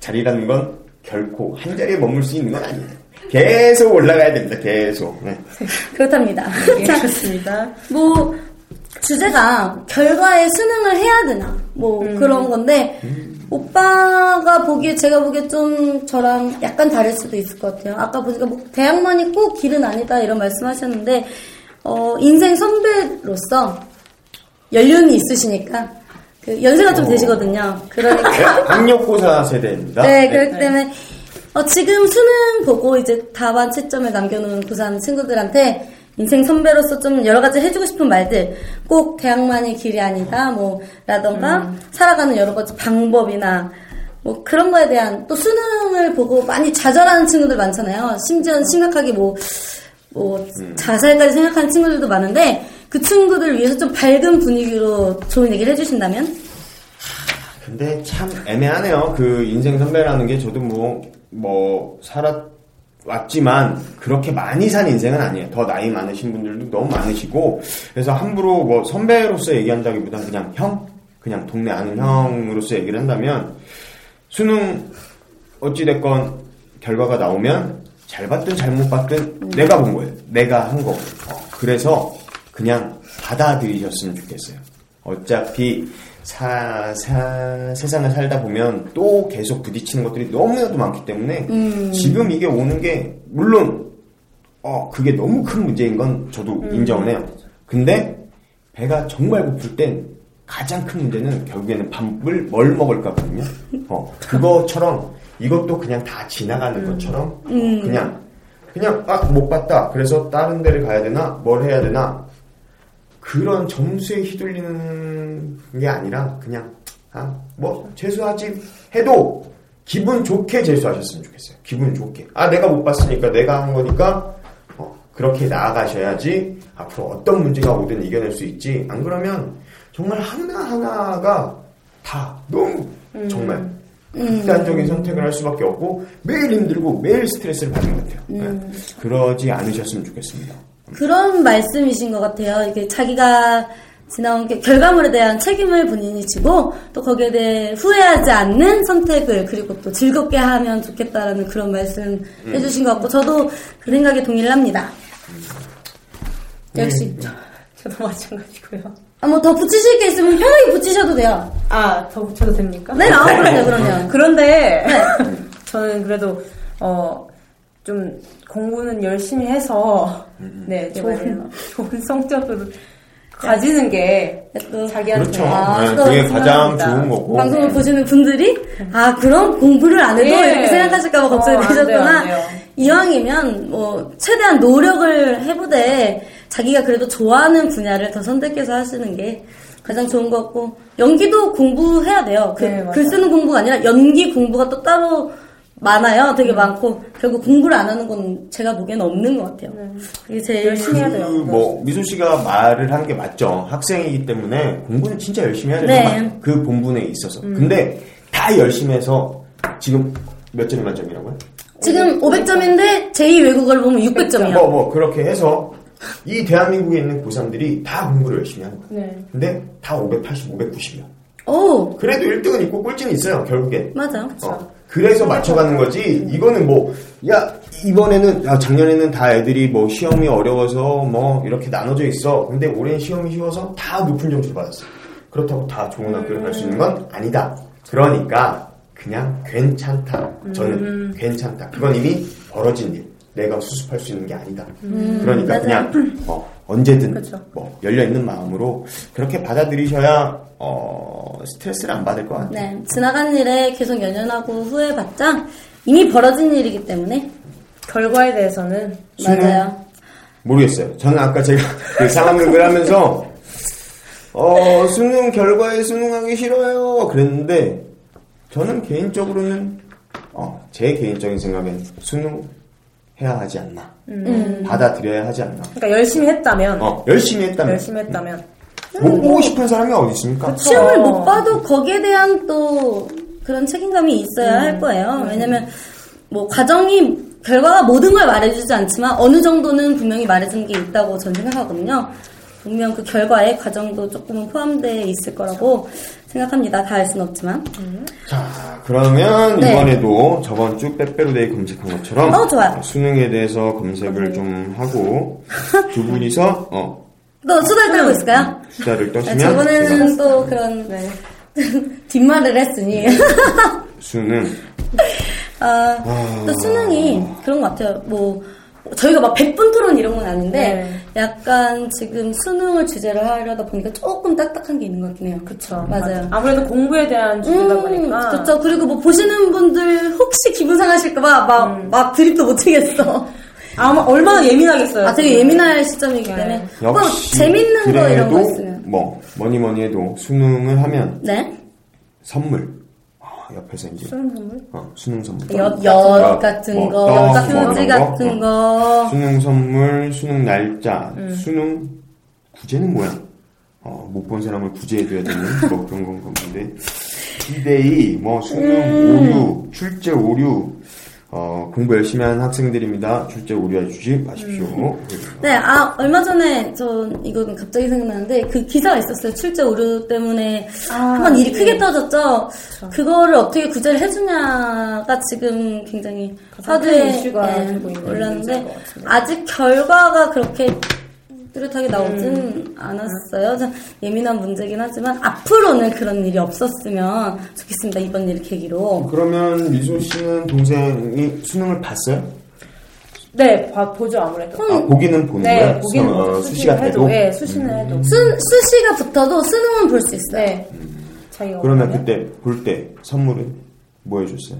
E: 자리라는 건 결코 한 자리에 머물 수 있는 건 아니에요. 계속 올라가야 됩니다. 계속. 네.
F: 그렇답니다.
D: 예,
F: 자,
D: 좋습니다.
F: 뭐 주제가 결과에 수능을 해야 되나 뭐 그런 건데 오빠가 보기에 제가 보기에 좀 저랑 약간 다를 수도 있을 것 같아요. 아까 보니까 뭐 대학만이 꼭 길은 아니다 이런 말씀하셨는데 어, 인생 선배로서 연륜이 있으시니까 그 연세가 좀 되시거든요.
E: 네,
F: 그러니까
E: 학력고사 세대입니다.
F: 네, 그렇기 때문에 어, 지금 수능 보고 이제 답안 채점에 남겨놓은 고3 친구들한테 인생 선배로서 좀 여러 가지 해주고 싶은 말들 꼭 대학만이 길이 아니다 뭐 라던가
E: 음.
F: 살아가는 여러 가지 방법이나 뭐 그런 거에 대한 또 수능을 보고 많이 좌절하는 친구들 많잖아요 심지어 심각하게 뭐 뭐
E: 음.
F: 자살까지 생각하는 친구들도 많은데 그 친구들 위해서 좀 밝은 분위기로 좋은 얘기를 해주신다면
E: 근데 참 애매하네요. 그 인생 선배라는 게 저도 뭐, 뭐, 살아왔지만, 그렇게 많이 산 인생은 아니에요. 더 나이 많으신 분들도 너무 많으시고, 그래서 함부로 뭐, 선배로서 얘기한다기보단 그냥 형? 그냥 동네 아는 형으로서 얘기를 한다면, 수능, 어찌됐건, 결과가 나오면, 잘 봤든 잘못 봤든, 내가 본 거예요. 내가 한 거. 어, 그래서, 그냥 받아들이셨으면 좋겠어요. 어차피 사, 사, 세상을 살다 보면 또 계속 부딪히는 것들이 너무나도 많기 때문에 지금 이게 오는 게 물론 어 그게 너무 큰 문제인 건 저도 인정을 해요. 근데 배가 정말 고플 땐 가장 큰 문제는 결국에는 밥을 뭘 먹을까거든요. 어 그거처럼 이것도 그냥 다 지나가는 것처럼 그냥 그냥 아 못 봤다. 그래서 다른 데를 가야 되나 뭘 해야 되나 그런 점수에 휘둘리는 게 아니라 그냥 아 뭐 재수하지 해도 기분 좋게 재수하셨으면 좋겠어요. 기분 좋게. 아 내가 못 봤으니까 내가 한 거니까 어, 그렇게 나아가셔야지 앞으로 어떤 문제가 오든 이겨낼 수 있지. 안 그러면 정말 하나 하나가 다 너무 정말 극단적인 선택을 할 수밖에 없고 매일 힘들고 매일 스트레스를 받는 것 같아요. 네. 그러지 않으셨으면 좋겠습니다.
F: 그런 말씀이신 것 같아요. 이게 자기가 지나온 게 결과물에 대한 책임을 본인이 지고 또 거기에 대해 후회하지 않는 선택을 그리고 또 즐겁게 하면 좋겠다라는 그런 말씀 해주신 것 같고 저도 그 생각에 동의를 합니다. 역시
D: 저도 마찬가지고요.
F: 아 뭐 더 붙이실 게 있으면 편하게 붙이셔도 돼요.
D: 아, 더 붙여도 됩니까?
F: 네, 아 그럼요, 그럼요.
D: 그런데
F: 네.
D: 저는 그래도 어 좀 공부는 열심히 해서
E: 음.
D: 네 좋은 좋은 성적을 가지는 게
F: 또
D: 자기한테
E: 그렇죠.
F: 아,
E: 네,
F: 수고가
E: 그게 가장
D: 많습니다.
E: 좋은 거고.
F: 방송을 보시는 분들이 아 그럼 공부를 안 해도
D: 예.
F: 이렇게 생각하실까봐 걱정이
D: 어, 안 돼요,
F: 되셨구나
D: 안 돼요.
F: 이왕이면 뭐 최대한 노력을 해보되 자기가 그래도 좋아하는 분야를 더 선택해서 하시는 게 가장 좋은 것 같고 연기도 공부해야 돼요 그,
D: 네, 맞아요.
F: 글 쓰는 공부가 아니라 연기 공부가 또 따로 많아요
D: 음.
F: 되게 많고 결국 공부를 안 하는 건 제가 보기엔 없는 것 같아요 그게 제일
D: 네. 열심히 해야 돼요.
E: 그 뭐 미소 씨가 말을 한 게 맞죠. 학생이기 때문에 공부는 진짜 열심히 해야
F: 네.
E: 되는 네. 그 본분에 있어서. 근데 다 열심히 해서 지금 몇 점이 만점이라고요?
F: 지금 500점인데 제2 외국어를 보면 600점이요
E: 뭐 뭐 그렇게 해서 이 대한민국에 있는 고3들이 다 공부를 열심히 하는 거예요.
D: 네.
E: 근데 다 580, 590이야.
D: 어.
F: 오
E: 그래도 1등은 있고 꼴찌는 있어요. 결국엔.
F: 맞아
E: 어, 그래서 맞춰가는 거지. 이거는 뭐, 야, 이번에는, 야, 작년에는 다 애들이 뭐 시험이 어려워서 뭐 이렇게 나눠져 있어. 근데 올해 시험이 쉬워서 다 높은 점수를 받았어. 그렇다고 다 좋은 학교를 갈 수 있는 건 아니다. 그러니까 그냥 괜찮다. 저는 괜찮다. 그건 이미 벌어진 일. 내가 수습할 수 있는 게 아니다. 그러니까
F: 맞아요.
E: 그냥 어, 언제든
D: 그쵸.
E: 뭐 열려 있는 마음으로 그렇게 받아들이셔야 어, 스트레스를 안 받을 것 같아요.
F: 네, 지나간 일에 계속 연연하고 후회받자 이미 벌어진 일이기 때문에
D: 결과에 대해서는
F: 맞아요.
E: 모르겠어요. 저는 아까 제가 그 상황극을 하면서 어 수능 결과에 수능하기 싫어요 그랬는데 저는 개인적으로는 어, 제 개인적인 생각엔 수능 해야 하지 않나 받아들여야 하지 않나
D: 그러니까 열심히 했다면
E: 어 열심히 했다면
D: 열심히 했다면
E: 못 보고 싶은 사람이 어디 있습니까?
F: 시험을 못 봐도 거기에 대한 또 그런 책임감이 있어야 할 거예요. 왜냐면 뭐 과정이 결과가 모든 걸 말해주지 않지만 어느 정도는 분명히 말해주는 게 있다고 저는 생각하거든요. 분명 그 결과에 과정도 조금은 포함되어 있을 거라고 생각합니다. 다 알 수는 없지만.
E: 자 그러면
F: 네.
E: 이번에도 저번 주 빼빼로데이 검색한 것처럼
F: 어, 좋아요.
E: 수능에 대해서 검색을 좀 하고 두 분이서 어
F: 또 수다를 떨고 있을까요? 네,
E: 수다를 떠시면 제가
F: 저번에는 또 그런 뒷말을 했으니
E: 수능
F: 아, 또 수능이 그런 것 같아요. 뭐, 저희가 막 100분 토론 이런 건 아닌데,
D: 네.
F: 약간 지금 수능을 주제로 하려다 보니까 조금 딱딱한 게 있는 것 같긴 해요.
D: 그쵸
F: 맞아요. 음,
D: 아무래도 공부에 대한 주제다 보니까
F: 그쵸. 그리고 뭐 보시는 분들 혹시 기분 상하실까봐 막,
D: 음.
F: 막 드립도 못 치겠어.
D: 아마 얼마나 예민하겠어요.
F: 아, 되게 예민할 시점이기
D: 네.
F: 때문에. 뭐, 재밌는 거 이런 거 있으면.
E: 뭐 뭐니 뭐니 해도 수능을 하면
F: 네?
E: 선물 아, 옆에서 이제 수능 선물 어 수능 선물
F: 엿,
E: 엿
F: 엿 같은
E: 뭐
F: 거,
E: 떡,
F: 엿
E: 뭐
F: 같은 지
E: 이런 거.
F: 같은
E: 어.
F: 거. 음.
E: 수능 선물 수능 날짜 수능 구제는 뭐야 어못 본 사람을 구제해줘야 되는 뭐 그런 건 건데 디데이 뭐 수능
F: 음.
E: 오류 출제 오류 어 공부 열심히 하는 학생들입니다 출제 오류해주지 마십시오
F: 네, 아, 얼마 전에, 전, 이건 갑자기 생각나는데, 그 기사가 있었어요. 출제 오류 때문에
D: 아,
F: 한번 일이
D: 네.
F: 크게 떠졌죠. 그거를 어떻게 구제를 해주냐가 지금 굉장히
D: 가장 큰
F: 화두에
D: 이슈가
F: 예,
D: 되고 있는 문제인
F: 올랐는데,
D: 것 같습니다.
F: 아직 결과가 그렇게 뚜렷하게 나오진
D: 음.
F: 않았어요. 참 예민한 문제긴 하지만 앞으로는 그런 일이 없었으면 좋겠습니다. 이번 일 계기로.
E: 그러면 미소 씨는 동생이 수능을 봤어요?
D: 네, 봐- 보죠 아무래도.
E: 아, 보기는 보는
D: 네,
E: 거야?
D: 보기는
E: 수능,
D: 보죠.
E: 어, 수시가
D: 수시를
E: 돼도?
D: 해도.
E: 음.
D: 네, 수시는 해도.
F: 수, 수시가 붙어도 수능은 볼 수 있어요.
D: 네. 자기가
E: 그러면
D: 원하면?
E: 그때 볼 때 선물은 뭐 해줬어요?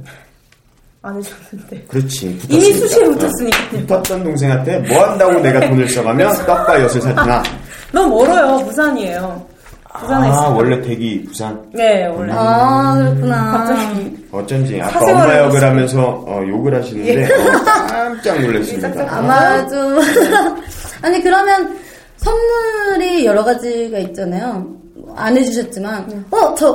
D: 안 해줬는데.
E: 그렇지. 붙었으니까. 어.
D: 이미 수시에 붙었으니까. 그렇죠.
E: 붙었던 동생한테 뭐 한다고 내가 돈을 써가면 떡과 엿을 사주나?
D: 너무 멀어요. 부산이에요. 부산에
E: 아,
D: 있어요.
E: 원래 댁이 부산.
D: 네, 원래.
E: 음.
F: 아, 그렇구나.
D: 갑자기
E: 어쩐지 아까
D: 사생활을
E: 엄마 역을
D: 했어요. 예.
E: 하면서 어, 욕을 하시는데 어, 깜짝 놀랐습니다.
F: 아마 좀 아니 그러면 선물이 여러 가지가 있잖아요. 안 해주셨지만 어 저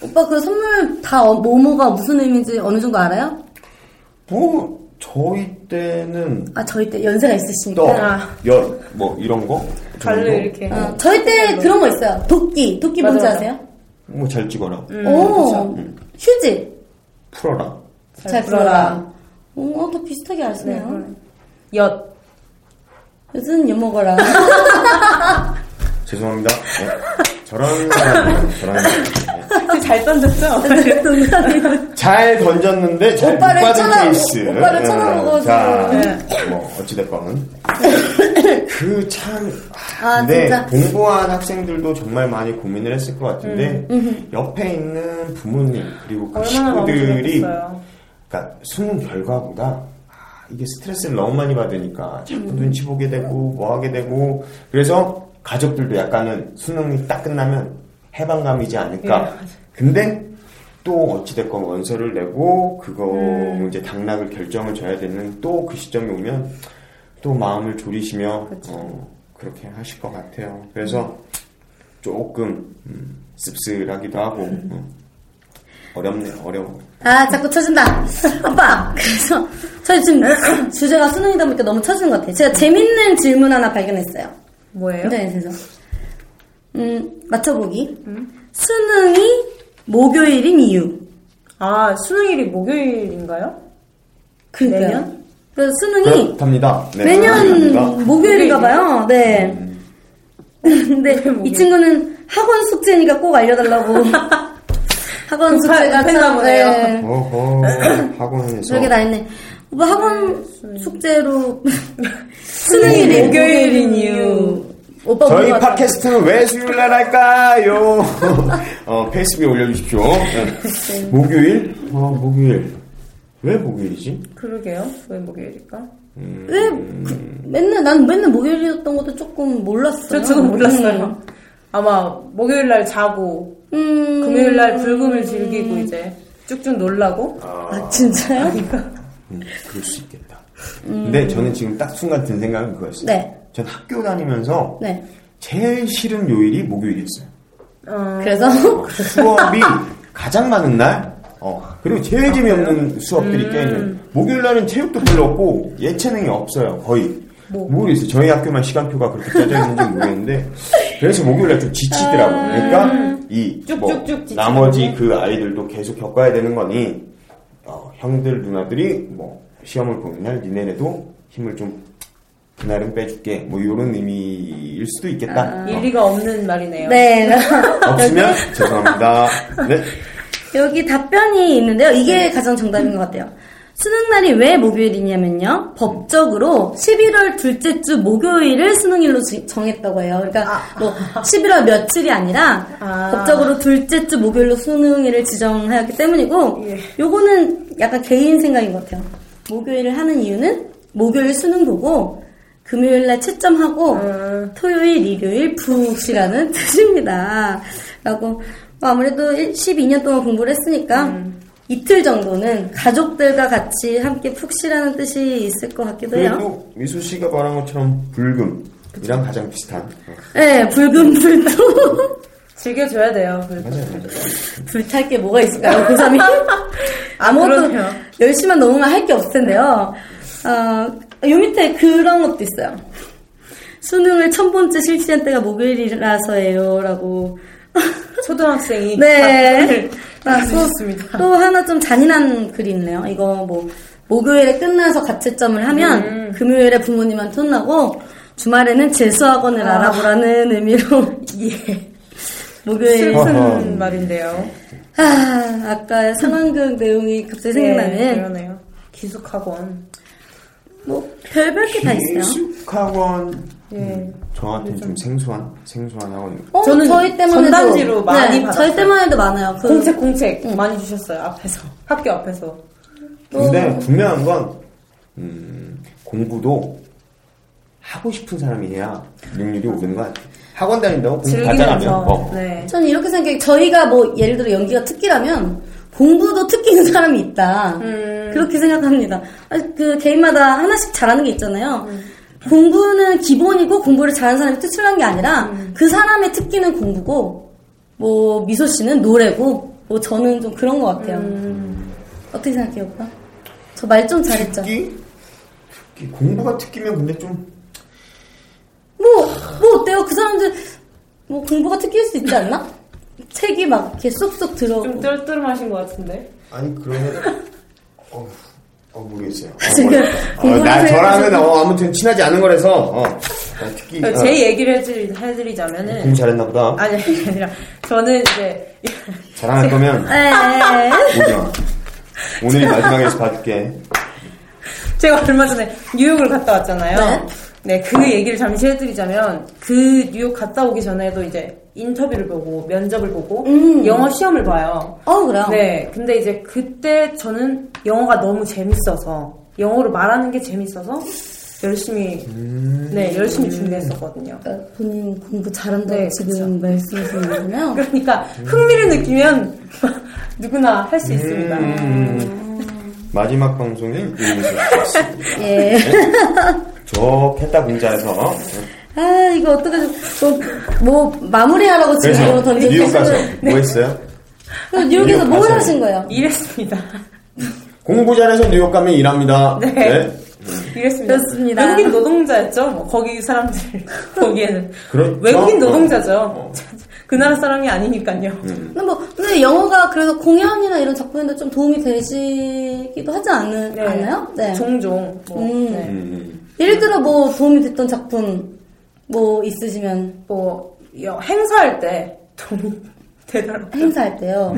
F: 오빠 그 선물 다 어- 뭐뭐가 무슨 의미인지 어느 정도 알아요?
E: 뭐 저희 때는
F: 아 저희 때 연세가 있으시니까.
E: 떡,
D: 아.
E: 엿, 뭐 이런 거 정도?
D: 발로 이렇게.
F: 어, 저희 때 그런 거 있어요. 도끼 도끼
D: 맞아,
F: 뭔지
D: 맞아.
F: 아세요? 음,
E: 뭐 잘 찍어라,
D: 음.
F: 오 휴지
E: 풀어라.
F: 잘 풀어라. 어다 비슷하게 아시네요.
D: 엿.
F: 요즘 엿 먹어라.
E: 죄송합니다. 네. 저런 사람, 저런 사람. 네.
D: 잘 던졌죠?
E: 잘 던졌는데 잘 못
F: 오빠를
E: 받은
F: 쳐다-
E: 케이스.
F: 오빠를
E: 음,
F: 쳐다보고
E: 자,
D: 네.
E: 뭐 어찌됐건 그 참.
F: 아,
E: 근데
F: 진짜.
E: 공부한 학생들도 정말 많이 고민을 했을 것 같은데
F: 음,
E: 옆에 있는 부모님 그리고 그
D: 얼마나 마음이
E: 식구들이
D: 좋겠어요.
E: 그러니까 수능 결과보다 아, 이게 스트레스를 너무 많이 받으니까 자꾸
D: 음.
E: 눈치 보게 되고 뭐 하게 되고 그래서 가족들도 약간은 수능이 딱 끝나면 해방감이지
D: 예,
E: 않을까. 근데 또 어찌됐건 원서를 내고 그거
D: 음.
E: 이제 당락을 결정을 줘야 되는 또 그 시점이 오면 또 마음을 졸이시며 어, 그렇게 하실 것 같아요. 그래서
D: 음.
E: 조금 음, 씁쓸하기도 하고
D: 음.
E: 어. 어렵네요. 어려워.
F: 아, 자꾸 쳐진다. 오빠! 그래서, 저희 지금 주제가 수능이다 보니까 너무 쳐지는 것 같아요. 제가 재밌는 질문 하나 발견했어요.
D: 뭐예요?
F: 인터넷에서. 음, 맞춰보기. 수능이 목요일인 이유.
D: 아, 수능일이 목요일인가요?
F: 그니까요.
D: 내년?
F: 그래서 수능이
E: 그렇답니다. 네,
F: 내년
E: 그렇답니다.
F: 목요일인가봐요. 네. 근데 이 친구는 학원 숙제니까 꼭 알려달라고. 학원
D: 급하-
F: 숙제가
D: 급했나
F: 참,
D: 보네요.
F: 네.
E: 어허 학원에서
F: 저렇게 다 했네. 오빠 학원 숙제로 수능일이
D: 목요일인 이유.
F: 오빠
E: 저희
F: 물어봤다.
E: 팟캐스트는 왜 수요일 날 할까요? 어, 페이스북에 올려주십시오. 네. 목요일? 어, 목요일. 왜 목요일이지?
D: 그러게요. 왜 목요일일까?
F: 왜 그- 맨날 난 맨날 목요일이었던 것도 조금 몰랐어요.
D: 저 저도 몰랐어요. 아마 목요일 날 자고
F: 음, 음.
D: 금요일 날 불금을 즐기고 이제 쭉쭉 놀라고
F: 아 진짜요?
E: 음, 그럴 수 있겠다. 근데 저는 지금 딱 순간 든 생각은 그거였어요.
F: 음. 네.
E: 전 학교 다니면서
F: 네.
E: 제일 싫은 요일이 목요일이었어요.
F: 그래서
D: 아,
E: 수업이 가장 많은 날, 어, 그리고 제일 재미없는 수업들이
D: 음.
E: 껴있는. 목요일 날은 체육도 별로 없고, 예체능이 없어요, 거의.
D: 뭐.
E: 모르겠어요. 저희 학교만 시간표가 그렇게 짜져 있는지 모르겠는데, 그래서 목요일 날 좀 지치더라고요. 그러니까, 이, 뭐,
D: 음. 쭉쭉쭉 지치고.
E: 나머지 그 아이들도 계속 겪어야 되는 거니, 어, 형들, 누나들이, 뭐, 시험을 보는 날, 니네네도 힘을 좀, 그날은 빼줄게. 뭐, 요런 의미일 수도 있겠다. 어,
D: 아, 일리가 없는 말이네요.
F: 네
E: 없으면, 죄송합니다. 네.
F: 여기 답변이 있는데요. 이게 가장 정답인 것 같아요. 수능 날이 왜 목요일이냐면요. 법적으로 11월 둘째 주 목요일을 수능일로 지- 정했다고 해요. 그러니까 뭐 11월 며칠이 아니라
D: 아.
F: 법적으로 둘째 주 목요일로 수능일을 지정하였기 때문이고 요거는 약간 개인 생각인 것 같아요. 목요일을 하는 이유는 목요일 수능 보고 금요일 날 채점하고
D: 어.
F: 토요일, 일요일 푹 쉬라는 뜻입니다. 라고 뭐 아무래도 일- 12년 동안 공부를 했으니까
D: 음.
F: 이틀 정도는 가족들과 같이 함께 푹 쉬라는 뜻이 있을 것 같기도 해요.
E: 그래도 미수 씨가 말한 것처럼 불금이랑 가장 비슷한. 어,
F: 네, 붉은 불도
D: 즐겨줘야 돼요. 그-
E: 맞아요. 맞아요.
F: 불탈 게 뭐가 있을까요, 고3이? 아무것도
D: 그러네요.
F: 열심히만 넘으면 할 게 없을 텐데요. 어, 요 밑에 그런 것도 있어요. 수능을 천 번째 실시한 때가 목요일이라서예요. 라고.
D: 초등학생이
F: 네.
D: 답변을
F: 아,
D: 해주셨습니다.
F: 또, 또 하나 좀 잔인한 글이 있네요.
D: 음.
F: 이거 뭐, 목요일에 끝나서 가채점을 하면 금요일에 부모님한테 혼나고 주말에는 재수학원을 알아보라는 의미로 예. 목요일
E: 네. 어허.
D: 슬픈 말인데요.
F: 아, 아까 상황극 내용이
D: 네,
F: 갑자기 생각나는
D: 그러네요. 기숙학원.
F: 뭐 별별 게 다
D: 음.
F: 있어요.
E: 기숙학원 음,
D: 예.
E: 저한테 좀 생소한 생소한 학원입니다.
F: 어,
D: 저는
F: 저희 때만 해도
D: 전단지로 많이
F: 네,
D: 받았어요.
F: 저희 때만 해도 많아요. 그,
D: 공책 공책 많이 주셨어요 앞에서 학교 앞에서.
E: 음,
F: 뭐?
E: 근데 분명한 건 음, 공부도 하고 싶은 사람이 해야 능률이 오르는 것 같아요. 학원 다닌다고 공부 다 잘하면
D: 즐기면서.
E: 어.
D: 네.
F: 저는 이렇게 생각해요. 저희가 뭐 예를 들어 연기가 특기라면 공부도 특기인 사람이 있다. 그렇게 생각합니다. 아니, 그 개인마다 하나씩 잘하는 게 있잖아요. 공부는 기본이고 공부를 잘하는 사람이 특출난 게 아니라 그 사람의 특기는 공부고 뭐 미소 씨는 노래고 뭐 저는 좀 그런 것 같아요. 어떻게 생각해요, 오빠? 저 말 좀 잘했죠?
E: 특기? 특기 공부가 특기면 근데 좀
F: 뭐, 뭐 어때요? 그 사람들 뭐 공부가 특기일 수 있지 않나? 책이 막 이렇게 쏙쏙 들어오고.
D: 좀 뜰뜰하신 것 같은데.
E: 아니 그러면 어, 어 모르겠어요. 어,
F: 지금
E: 어,
F: 공부를
E: 나
F: 하셔야
E: 저랑은
F: 돼서.
E: 어, 아무튼 친하지 않은 거라서 어, 어, 특히 어,
D: 그러니까 제 얘기를 해드리, 해드리자면은
E: 공부 잘했나 보다.
D: 아니 아니, 아니라 저는 이제
E: 자랑할 거면
D: 아.
F: 네.
E: 오지마. 오늘 마지막에서 받을게.
D: 제가 얼마 전에 뉴욕을 갔다 왔잖아요.
F: 네.
D: 네, 그 얘기를 잠시 해드리자면 그 뉴욕 갔다 오기 전에도 이제 인터뷰를 보고 면접을 보고
F: 음.
D: 영어 시험을 봐요.
F: 어 그래요.
D: 네, 근데 이제 그때 저는 영어가 너무 재밌어서 영어로 말하는 게 재밌어서 열심히
E: 음.
D: 네 열심히 준비했었거든요.
F: 그러니까 본인 공부 잘한다고
D: 네,
F: 지금 말씀하시는 거잖아요.
D: 그러니까
E: 음.
D: 흥미를 느끼면 누구나 할 수 있습니다.
E: 음.
D: 음.
E: 마지막 방송이 이민수였습니다.
F: 예.
E: 저 했다 공자에서
F: 아 이거 어떻게 좀뭐 마무리하라고 지금 이거
E: 그래서 그렇죠.
F: 던지고
E: 뉴욕 가서
F: 계시는-
D: 네.
E: 뭐 했어요?
F: 그럼 뉴욕에서
E: 뉴욕
F: 뭘
E: 가서.
F: 하신 거예요?
D: 이랬습니다.
E: 공부 잘해서 뉴욕 가면 일합니다.
D: 네. 이랬습니다.
F: 그렇습니다.
D: 외국인 노동자였죠. 뭐 거기 사람들 보기에는
E: 그렇죠.
D: 외국인
E: 어. 음.
D: 노동자죠. 그 나라 사람이 아니니까요.
F: 근데 뭐 근데 영어가 그래서 공연이나 이런 작품에도 좀 도움이 되시기도 하지 않는,
D: 네.
F: 않나요? 네.
D: 종종. 뭐,
F: 음.
D: 네.
E: 음,
F: 예를 들어 뭐 도움이 됐던 작품 뭐 있으시면
D: 뭐 여- 행사할 때 도움이 되더라고요.
F: 행사할 때요.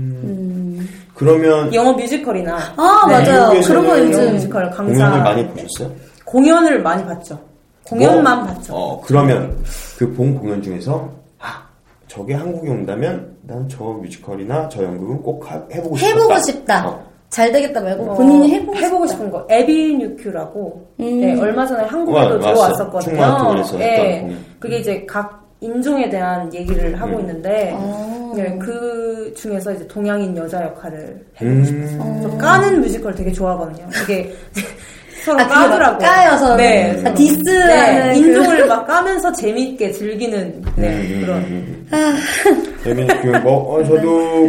E: 음. 그러면
D: 영어 뮤지컬이나
F: 아
D: 네.
F: 맞아요.
E: 미국에서는
F: 그런 거
D: 영어
F: 요즘
D: 뮤지컬 강사
E: 공연을 많이 보셨어요?
D: 공연을 많이 봤죠. 공연만 봤죠.
E: 어, 그러면 그 본 공연 중에서 아, 저게 한국에 온다면 난 저 뮤지컬이나 저 연극은 꼭 가- 해보고 싶다.
F: 해보고 싶다.
E: 어.
F: 잘 되겠다 말고
D: 어,
F: 본인이 해보고, 싶다.
D: 싶은 거 에비 뉴큐라고
F: 음.
D: 네, 얼마 전에
E: 와,
D: 한국에도
E: 왔어요.
D: 들어왔었거든요.
E: 충마트홀에서
D: 예,
E: 했던 공연.
D: 그게 이제 각 인종에 대한 얘기를 하고
E: 음.
D: 있는데
F: 어.
D: 네, 그 중에서 이제 동양인 여자 역할을 해보고 싶어요.
E: 음,
D: 저 까는 뮤지컬 되게 좋아하거든요. 이게 서로
F: 아, 그게 막
D: 까더라고.
F: 까여서
D: 네,
F: 아,
D: 서로.
F: 디스하는
D: 네,
F: 그-
D: 인종을 막 까면서 재밌게 즐기는 네,
E: 음,
D: 그런.
E: 음, 음. 재밌는 교육. 어, 어, 저도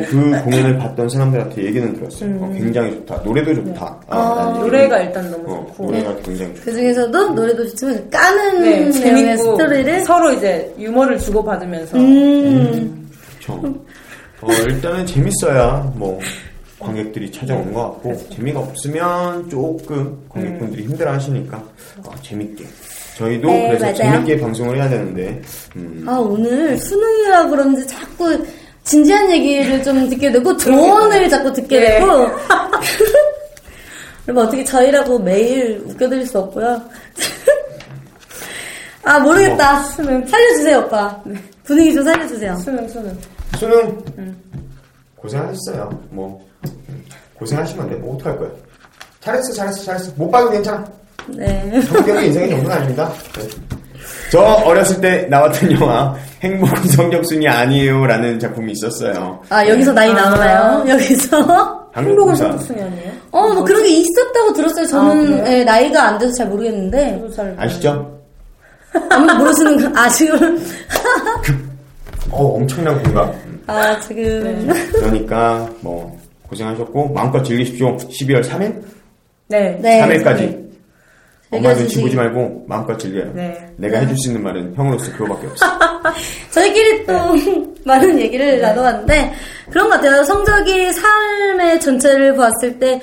E: 그 공연을 봤던 사람들한테 얘기는 들었어요. 어, 굉장히 좋다. 노래도 좋다. 아, 난 이런-
D: 음. 네. 노래가 일단 너무
E: 어,
D: 좋고
E: 노래가 굉장히 좋다.
F: 그 중에서도 노래도 좋지만 까는
D: 네,
F: 내용의
D: 재밌고
F: 음, 스토리를
D: 서로 이제 유머를 주고 받으면서
F: 음,
E: 그쵸. 어, 일단은 재밌어야 뭐 관객들이 찾아오는 것 같고 재미가 없으면 조금
D: 음.
E: 관객분들이 힘들어하시니까 어, 재밌게 저희도
F: 네,
E: 그래서
F: 맞아요.
E: 재밌게 방송을 해야 되는데 음,
F: 아 오늘 수능이라 그런지 자꾸 진지한 얘기를 좀 듣게 되고 조언을 자꾸 듣게
D: 네.
F: 되고 여러분 어떻게 저희라고 매일 웃겨드릴 수 없고요. 아 모르겠다. 살려주세요 오빠. 네. 분위기 좀 살려주세요.
D: 수능 수능
E: 수능
D: 음.
E: 고생하셨어요 뭐 음, 고생하시면 돼뭐 어떡할 거야 잘했어 잘했어 잘했어 못 봐도 괜찮아
F: 네.
E: 성격이 인생의 정도는 아닙니다. 네. 저 어렸을 때 나왔던 영화 행복은 성적순이 아니에요라는 작품이 있었어요.
F: 아 여기서 나이 나오나요? 여기서?
D: 행복은
E: 한국사.
D: 성적순이 아니에요?
F: 어 뭐 그런 게 있었다고 들었어요. 저는
D: 아, 그래요?
F: 예, 나이가 안 돼서 잘 모르겠는데
D: 저도 잘
E: 아시죠?
F: 아무도 모르시는 거- 아 지금
D: 네.
E: 어 엄청난 공감.
F: 아 지금
E: 그러니까 뭐 고생하셨고 마음껏 즐기십시오. 12월 3일,
D: 네.
F: 네.
E: 3일까지 엄마 눈치
F: 즐기시기.
E: 보지 말고 마음껏 즐겨요.
D: 네. 아,
E: 내가 해줄 수 있는 말은 형으로서 그거밖에 없어.
F: 저희끼리 또 많은 얘기를 나눠봤는데 그런 것 같아요. 성적이 삶의 전체를 보았을 때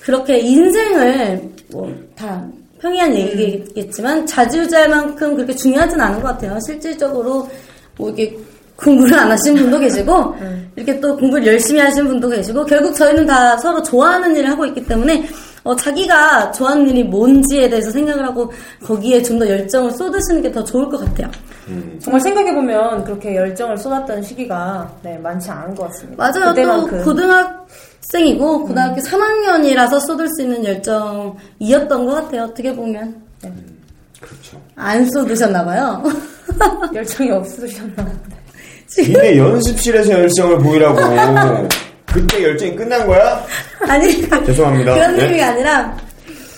F: 그렇게 인생을 뭐 다 평이한 얘기겠지만 자지우지할만큼 그렇게 중요하진 않은 것 같아요. 실질적으로 뭐 이게 공부를 안 하신 분도 계시고 이렇게 또 공부를 열심히 하신 분도 계시고 결국 저희는 다 서로 좋아하는 일을 하고 있기 때문에 어, 자기가 좋아하는 일이 뭔지에 대해서 생각을 하고 거기에 좀 더 열정을 쏟으시는 게 더 좋을 것 같아요.
D: 정말 생각해보면 그렇게 열정을 쏟았던 시기가 네, 많지 않은 것 같습니다.
F: 맞아요. 또
D: 그때만큼.
F: 고등학생이고 고등학교 3학년이라서 쏟을 수 있는 열정이었던 것 같아요. 어떻게 보면 네.
E: 그렇죠.
F: 안 쏟으셨나 봐요.
D: 열정이 없으셨나 보다.
E: 니네 연습실에서 열정을 보이라고. 그때 열정이 끝난 거야?
F: 아니
E: 죄송합니다.
F: 그런
E: 네.
F: 의미가 아니라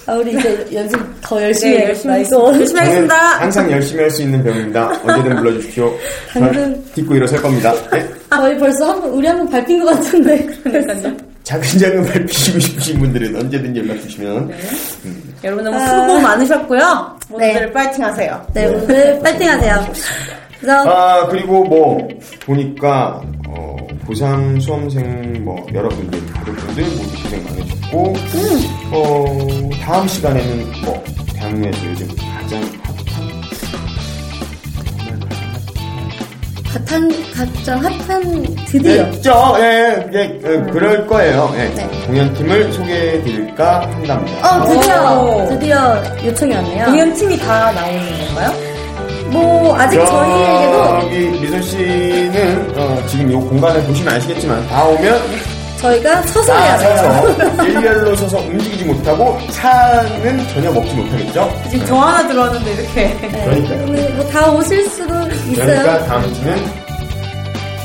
F: 아, 우리 이제 연습 더 열심히
D: 네, 열심히
F: 해야겠다. 이거 열심히
E: 저는
F: 하겠습니다.
E: 항상 열심히 할 수 있는 병입니다. 언제든 불러주십시오. 저는
F: 당근.
E: 딛고 일어설 겁니다. 네.
F: 저희 아, 벌써 한 번, 우리 한 번 밟힌 것 같은데. 그러니까요.
E: 작은작은 발피시고 싶으신 분들은 언제든 연락 주시면
D: 여러분 너무 수고 많으셨고요.
F: 아. 네.
D: 모두들 파이팅 하세요.
F: 네, 오늘 파이팅 하세요. 그래서
E: 아 그리고 뭐 보니까 어, 고3 수험생 뭐 여러분들 가족분들 모두 고생 많으셨고 어, 다음 시간에는 뭐 대학로에서 요즘 가장 핫한 정말 가장
F: 가탄, 가장 핫한 드디어.
E: 핫했죠 예, 예, 예, 그럴 거예요 예,
F: 네.
E: 공연팀을 소개해 드릴까 한답니다
F: 어, 드디어,
D: 오.
F: 드디어 요청이 왔네요.
D: 공연팀이 다 나오는 건가요?
F: 뭐, 아직 저희에게도
E: 저기 미소 씨는 어, 지금 이 공간을 보시면 아시겠지만 다 오면
F: 저희가 서서 해야 돼요.
E: 아, 나서서 일렬로 서서 움직이지 못하고 차는 전혀 먹지 못하겠죠?
D: 지금 저 하나 들어왔는데 이렇게.
E: 그러니까요.
F: 네. 뭐다 오실 수도
E: 그러니까
F: 있어요.
E: 다음 주는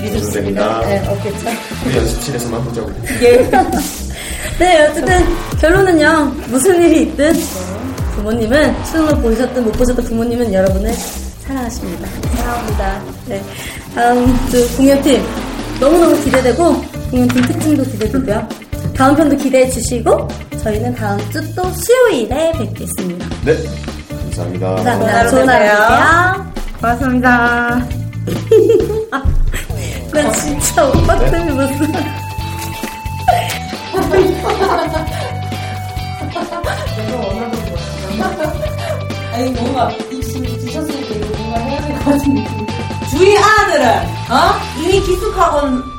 F: 믿으십니다.
E: 됩니다.
F: 네, 없겠죠.
E: 우리 연습실에서만 보자고.
F: 네, 어쨌든 결론은요. 무슨 일이 있든 부모님은 수능을 보셨든 못 보셨든 부모님은 여러분을 사랑하십니다. 사랑합니다. 네, 다음 주 공연팀 너무너무 기대되고 공연팀 특징도 기대되고요. 다음 편도 기대해 주시고 저희는 다음 주 또 수요일에 뵙겠습니다.
E: 네. 감사합니다.
F: 감사합니다.
D: 하루
F: 좋은 하루
D: 되세요.
F: 되세요.
D: 고맙습니다.
F: 나 진짜 오빠 때문에 못 살아.
H: 아니 뭔가 입술 드셨으니까 이거 뭔가 해야 될 것 같은 느낌. 주위 아들은 어 이미 기숙학원